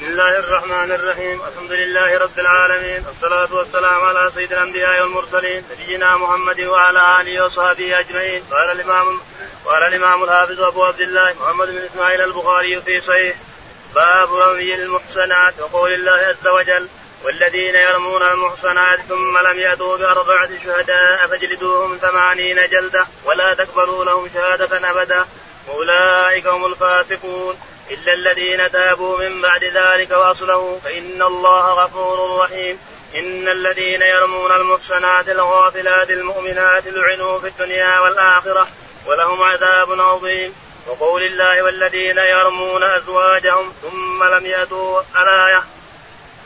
بسم الله الرحمن الرحيم الحمد لله رب العالمين والصلاة والسلام على سيد الأنبياء والمرسلين نبينا محمد وعلى آله وصحبه أجمعين قال الإمام قال الإمام الحافظ أبو عبد الله محمد بن إسماعيل البخاري في صحيح باب رمي المحصنات وقول الله عز وجل والذين يرمون المحصنات ثم لم يأتوا بأربعة شهداء فاجلدوهم ثمانين جلدة ولا تقبلوا لهم شهادة أبدا وأولئك هم الفاسقون إلا الذين تابوا من بعد ذلك وأصلحوا فإن الله غفور رحيم إن الذين يرمون المحصنات الغافلات المؤمنات لعنوا في الدنيا والآخرة ولهم عذاب عظيم وقول الله والذين يرمون أزواجهم ثم لم يأتوا الآية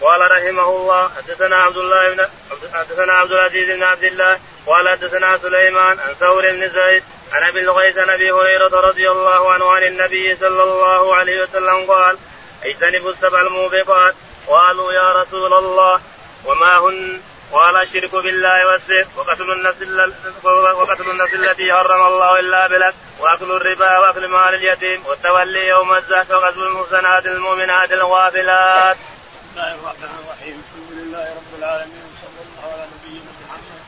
قال رحمه الله حدثنا عبد الله بن حدثنا عبد العزيز بن عبد الله قال حدثنا سليمان عن ثور بن زيد عن ابي الغيث عن ابي هريره رضي الله عنه عن النبي صلى الله عليه وسلم قال اجتنبوا السبع الموبقات قالوا يا رسول الله وما هن قال الشرك بالله والسحر وقتل النفس وقتل النفس التي حرم الله الا بالحق واكل الربا واكل مال اليتيم والتولي يوم الزهد وغزو المحسنات المؤمنات الغافلات. بسم الله الرحمن الرحيم الحمد لله رب العالمين وصلى الله على نبينا محمد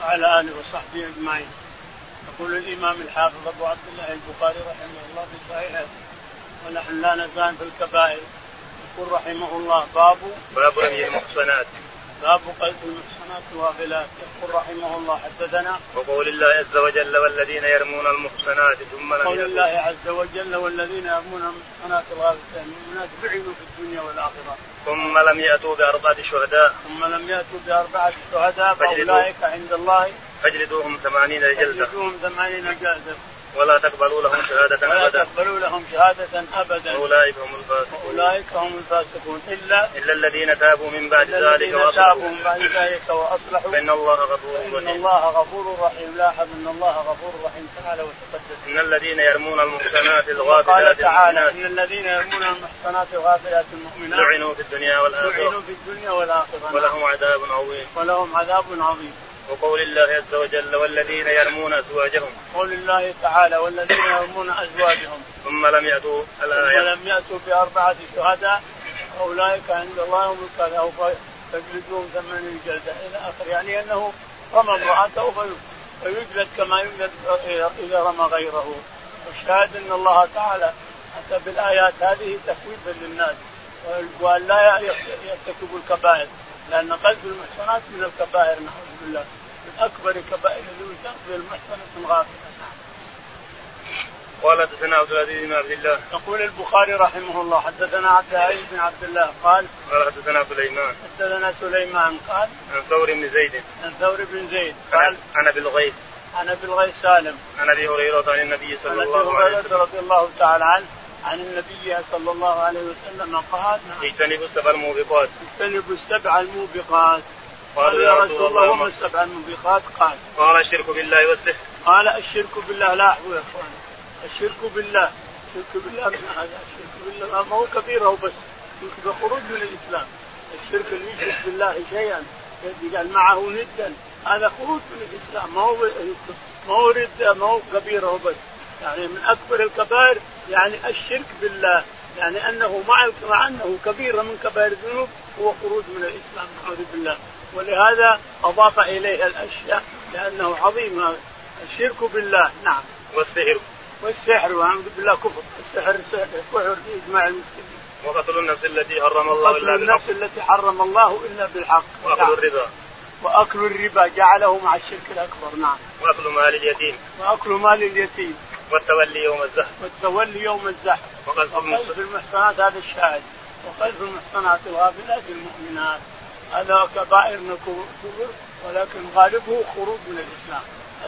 وعلى اله وصحبه اجمعين يقول الامام الحافظ ابو عبد الله البخاري رحمه الله في صحيحه ونحن لا نزال في الكبائر يقول رحمه الله باب باب رمي المحصنات باب قلب المحصنات الغافلات يقول رحمه الله حدثنا وقول الله عز وجل والذين يرمون المحصنات ثم لم قول يتوبوا. الله عز وجل والذين يرمون المحصنات الغافلات المؤمنات لعنوا في الدنيا والاخره ثم لم يأتوا بأربعة شهداء ثم لم ياتوا باربعه شهداء فاجلدوا. فاولئك عند الله فاجلدوهم ثمانين جلدة فاجلدوهم ثمانين جلده ولا تقبلوا لهم شهادة ولا أبدا تقبلوا لهم شهادة أبدا أولئك هم الفاسقون وأولئك هم الفاسقون إلا إلا الذين تابوا من بعد ذلك الذين تابوا وأصلحوا من بعد ذلك وأصلحوا فإن الله غفور فإن رحيم الله غفور رحيم لاحظ أن الله غفور رحيم تعالى وتقدس إن الذين يرمون المحصنات وقال الغافلات تعالى المؤمنات إن الذين يرمون المحصنات الغافلات المؤمنات لعنوا في الدنيا لعنوا والآخرة في الدنيا والآخرة ولهم عذاب عظيم ولهم عذاب عظيم وقول الله عز وجل والذين يرمون أزواجهم قول الله تعالى والذين يرمون أزواجهم ثم لم يأتوا الآية ولم يأتوا بأربعة شهداء أولئك عند الله هم الكافرون أو فيجلدوهم ثمانين جلدة إلى آخره يعني أنه رمى امرأته في- فيجلد كما يجلد إذا رمى غيره والشاهد أن الله تعالى أتى بالآيات هذه تخويفا للناس وأن- وأن لا يرتكبوا الكبائر لأن قلب المحصنات من الكبائر نعوذ بالله من أكبر الكبائر التي تقبل المحصنة الغافلة نعم. قال حدثنا عبد العزيز بن عبد الله يقول البخاري رحمه الله حدثنا عبد العزيز بن عبد الله قال قال حدثنا سليمان حدثنا سليمان قال عن ثور بن زيد عن ثور بن زيد قال قال عن ابي الغيث عن ابي الغيث سالم عن ابي هريره عن النبي عن صلى ابي الله عليه هريره وسلم رضي الله تعالى عنه عن النبي صلى الله عليه وسلم قال اجتنبوا السبع الموبقات اجتنبوا السبع الموبقات قالوا يا رسول الله وما ما- السبع الموبقات قال قال الشرك بالله والسحر قال الشرك بالله لا أحوى يا اخوان الشرك بالله الشرك بالله من هذا الشرك بالله ما هو كبيره وبس الشرك بخروج من الاسلام الشرك اللي يشرك بالله شيئا يجعل معه ندا هذا خروج من الاسلام ما هو ما هو رد ما هو كبيره وبس يعني من اكبر الكبائر يعني الشرك بالله يعني انه مع مع انه كبيره من كبائر الذنوب هو خروج من الاسلام نعوذ بالله ولهذا اضاف اليها الاشياء لانه عظيم هذا. الشرك بالله نعم والسحر والسحر والعياذ بالله كفر السحر سحر كفر في اجماع المسلمين وقتل النفس التي حرم الله قتل الا بالحق النفس التي حرم الله الا بالحق واكل نعم. الربا واكل الربا جعله مع الشرك الاكبر نعم واكل مال اليتيم واكل مال اليتيم والتولي يوم الزحف والتولي يوم الزحف وقذف وقذف المحصن- المحصنات هذا الشاهد وقذف المحصنات الغافلات المؤمنات هذا كبائر من الكفر ولكن غالبه خروج من الاسلام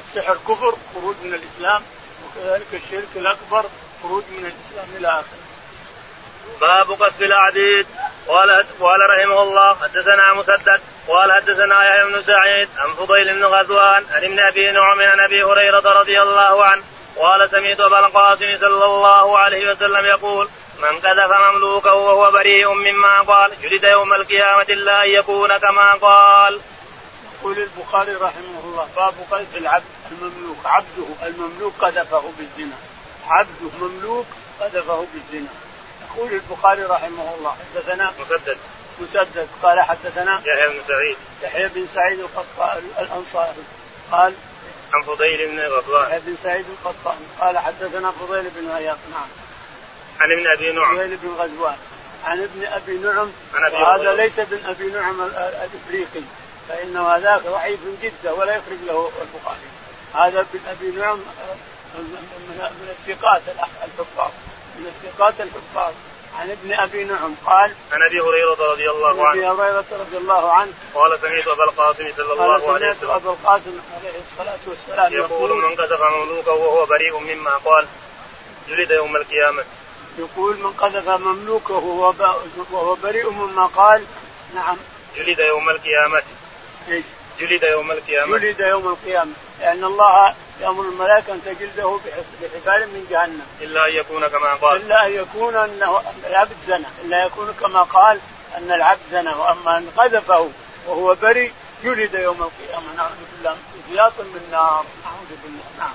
السحر كفر خروج من الاسلام وكذلك الشرك الاكبر خروج من الاسلام الى اخره باب قذف العبيد قال قال رحمه الله حدثنا مسدد قال حدثنا يحيى بن سعيد عن فضيل بن غزوان عن ابن ابي نعم عن ابي هريره رضي الله عنه قال سمعت ابا القاسم صلى الله عليه وسلم يقول من قذف مملوكه وهو بريء مما قال جلد يوم القيامه الا ان يكون كما قال. يقول البخاري رحمه الله باب قذف العبد المملوك عبده المملوك قذفه بالزنا عبده مملوك قذفه بالزنا يقول البخاري رحمه الله حدثنا مسدد مسدد قال حدثنا يحيى بن سعيد يحيى بن سعيد القطان الانصاري قال عن فضيل بن غضوان يحيى بن سعيد القطان قال حدثنا فضيل بن عياض نعم عن ابن ابي نعم فضيل بن غزوان عن ابن ابي نعم عن أبي وهذا هريرة. ليس ابن ابي نعم ال- ال- الافريقي فانه هذاك ضعيف جدا ولا يخرج له البخاري هذا ابن ابي نعم آه، من من- من الثقات الأح- الحفاظ من الثقات الحفاظ عن ابن ابي نعم قال عن ابي هريره رضي عن الله ابي عنه هريره رضي الله عنه قال سمعت ابا القاسم صلى قال الله عليه سمعت وسلم ابا القاسم عليه الصلاه والسلام يقول من قذف مملوكا وهو بريء مما قال جلد يوم القيامه يقول من قذف مملوكه وهو ب- وهو بريء مما قال نعم جلد يوم القيامه ايش جلد يوم القيامه جلد يوم القيامه لان الله يامر الملائكه ان تجلده بح- بحبال من جهنم الا ان يكون كما قال الا ان يكون انه أن العبد زنى الا يكون كما قال ان العبد زنى واما ان قذفه وهو بريء جلد يوم القيامه نعوذ بالله اخلاق من نار نعوذ بالله نعم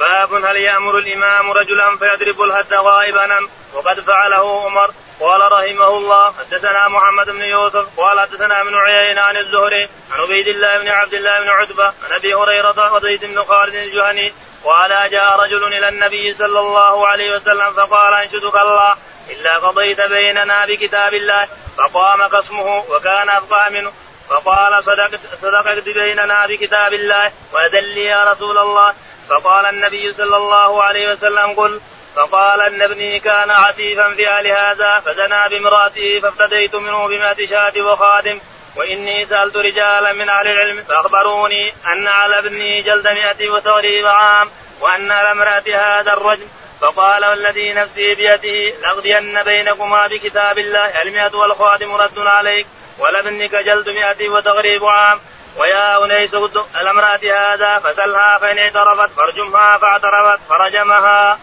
باب هل يامر الامام رجلا فيضرب الهد غائبا وقد فعله عمر قال رحمه الله حدثنا محمد بن يوسف قال حدثنا ابن عيينة عن الزهري عن عبيد الله بن عبد الله بن عتبة عن ابي هريرة وزيد بن خالد الجهني قال جاء رجل الى النبي صلى الله عليه وسلم فقال انشدك الله الا قضيت بيننا بكتاب الله فقام قسمه وكان ابقى منه فقال صدقت صدقت بيننا بكتاب الله وأذلي يا رسول الله فقال النبي صلى الله عليه وسلم قل فقال ان ابني كان عتيفا في اهل هذا فزنى بامراته فافتديت منه بمئة شاة وخادم واني سالت رجالا من اهل العلم فاخبروني ان على ابني جلد مئة وتغريب عام وان على امرأة هذا الرجل فقال والذي نفسي بيده لاغدين بينكما بكتاب الله المئة والخادم رد عليك ولابنك جلد مئة وتغريب عام ويا أنيس قد الامرأة هذا فسلها فإن اعترفت فارجمها فاعترفت فرجمها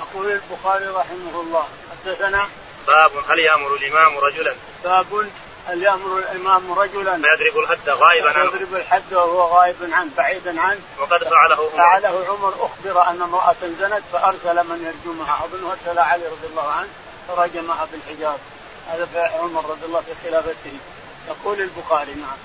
يقول البخاري رحمه الله حدثنا باب هل يأمر الإمام رجلا باب هل يامر الامام رجلا فيضرب الهد غائبا عنه يضرب الحد وهو غائب عنه بعيدا عنه وقد فعله عمر فعله عمر اخبر ان امراه زنت فارسل من يرجمها اظن ارسل علي رضي الله عنه فرجمها بالحجاب هذا فعل عمر رضي الله في خلافته يقول البخاري نعم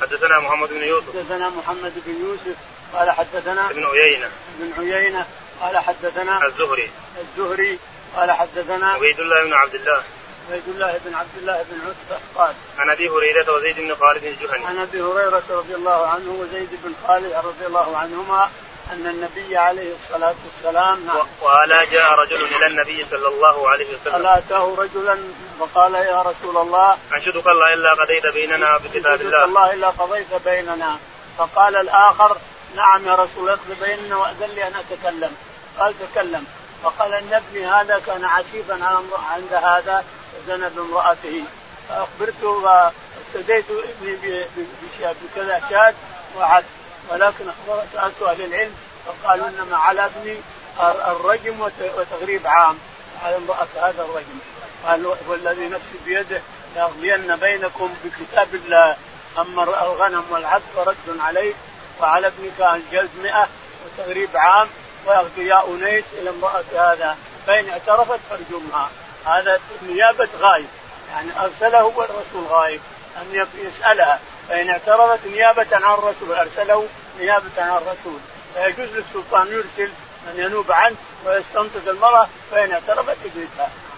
حدثنا محمد بن يوسف حدثنا محمد بن يوسف قال حدثنا بن عيينة بن عيينه قال حدثنا الزهري الزهري قال حدثنا عبيد الله بن عبد الله عبيد الله بن عبد الله بن عتبه قال عن أبي هريرة وزيد بن خالد الجهني عن ابي هريره رضي الله عنه وزيد بن خالد رضي الله عنهما ان النبي عليه الصلاه والسلام نعم و- وألا جاء رجل إلى النبي صلى الله عليه قال وسلم اتاه رجلا فقال يا رسول الله أنشدك الله إلا قضيت بيننا بكتاب يوجد الله الله الا قضيت بيننا فقال الاخر نعم يا رسول الله اقض بيننا واذن لي ان اتكلم قال تكلم فقال ان ابني هذا كان عسيفا على امرأة عند هذا زنى بامرأته فاخبرته واستديت ابني ب- ب- بشاة بكذا شاة وعد ولكن أخبر- سالت اهل العلم فقالوا انما على ابني الر- الرجم وت- وتغريب عام على امرأة هذا الرجم قال والذي نفسي بيده لأغلين بينكم بكتاب الله أما الغنم والعبد فرد عليك وعلى ابنك الجلد مئة وتغريب عام ويغدو يا أنيس إلى امرأة هذا فإن اعترفت فارجمها هذا نيابة غايب يعني أرسله والرسول غايب أن يسألها فإن اعترفت نيابة عن الرسول أرسله نيابة عن الرسول فيجوز للسلطان يرسل من ينوب عنه ويستنطق المرأة فإن اعترفت يجلدها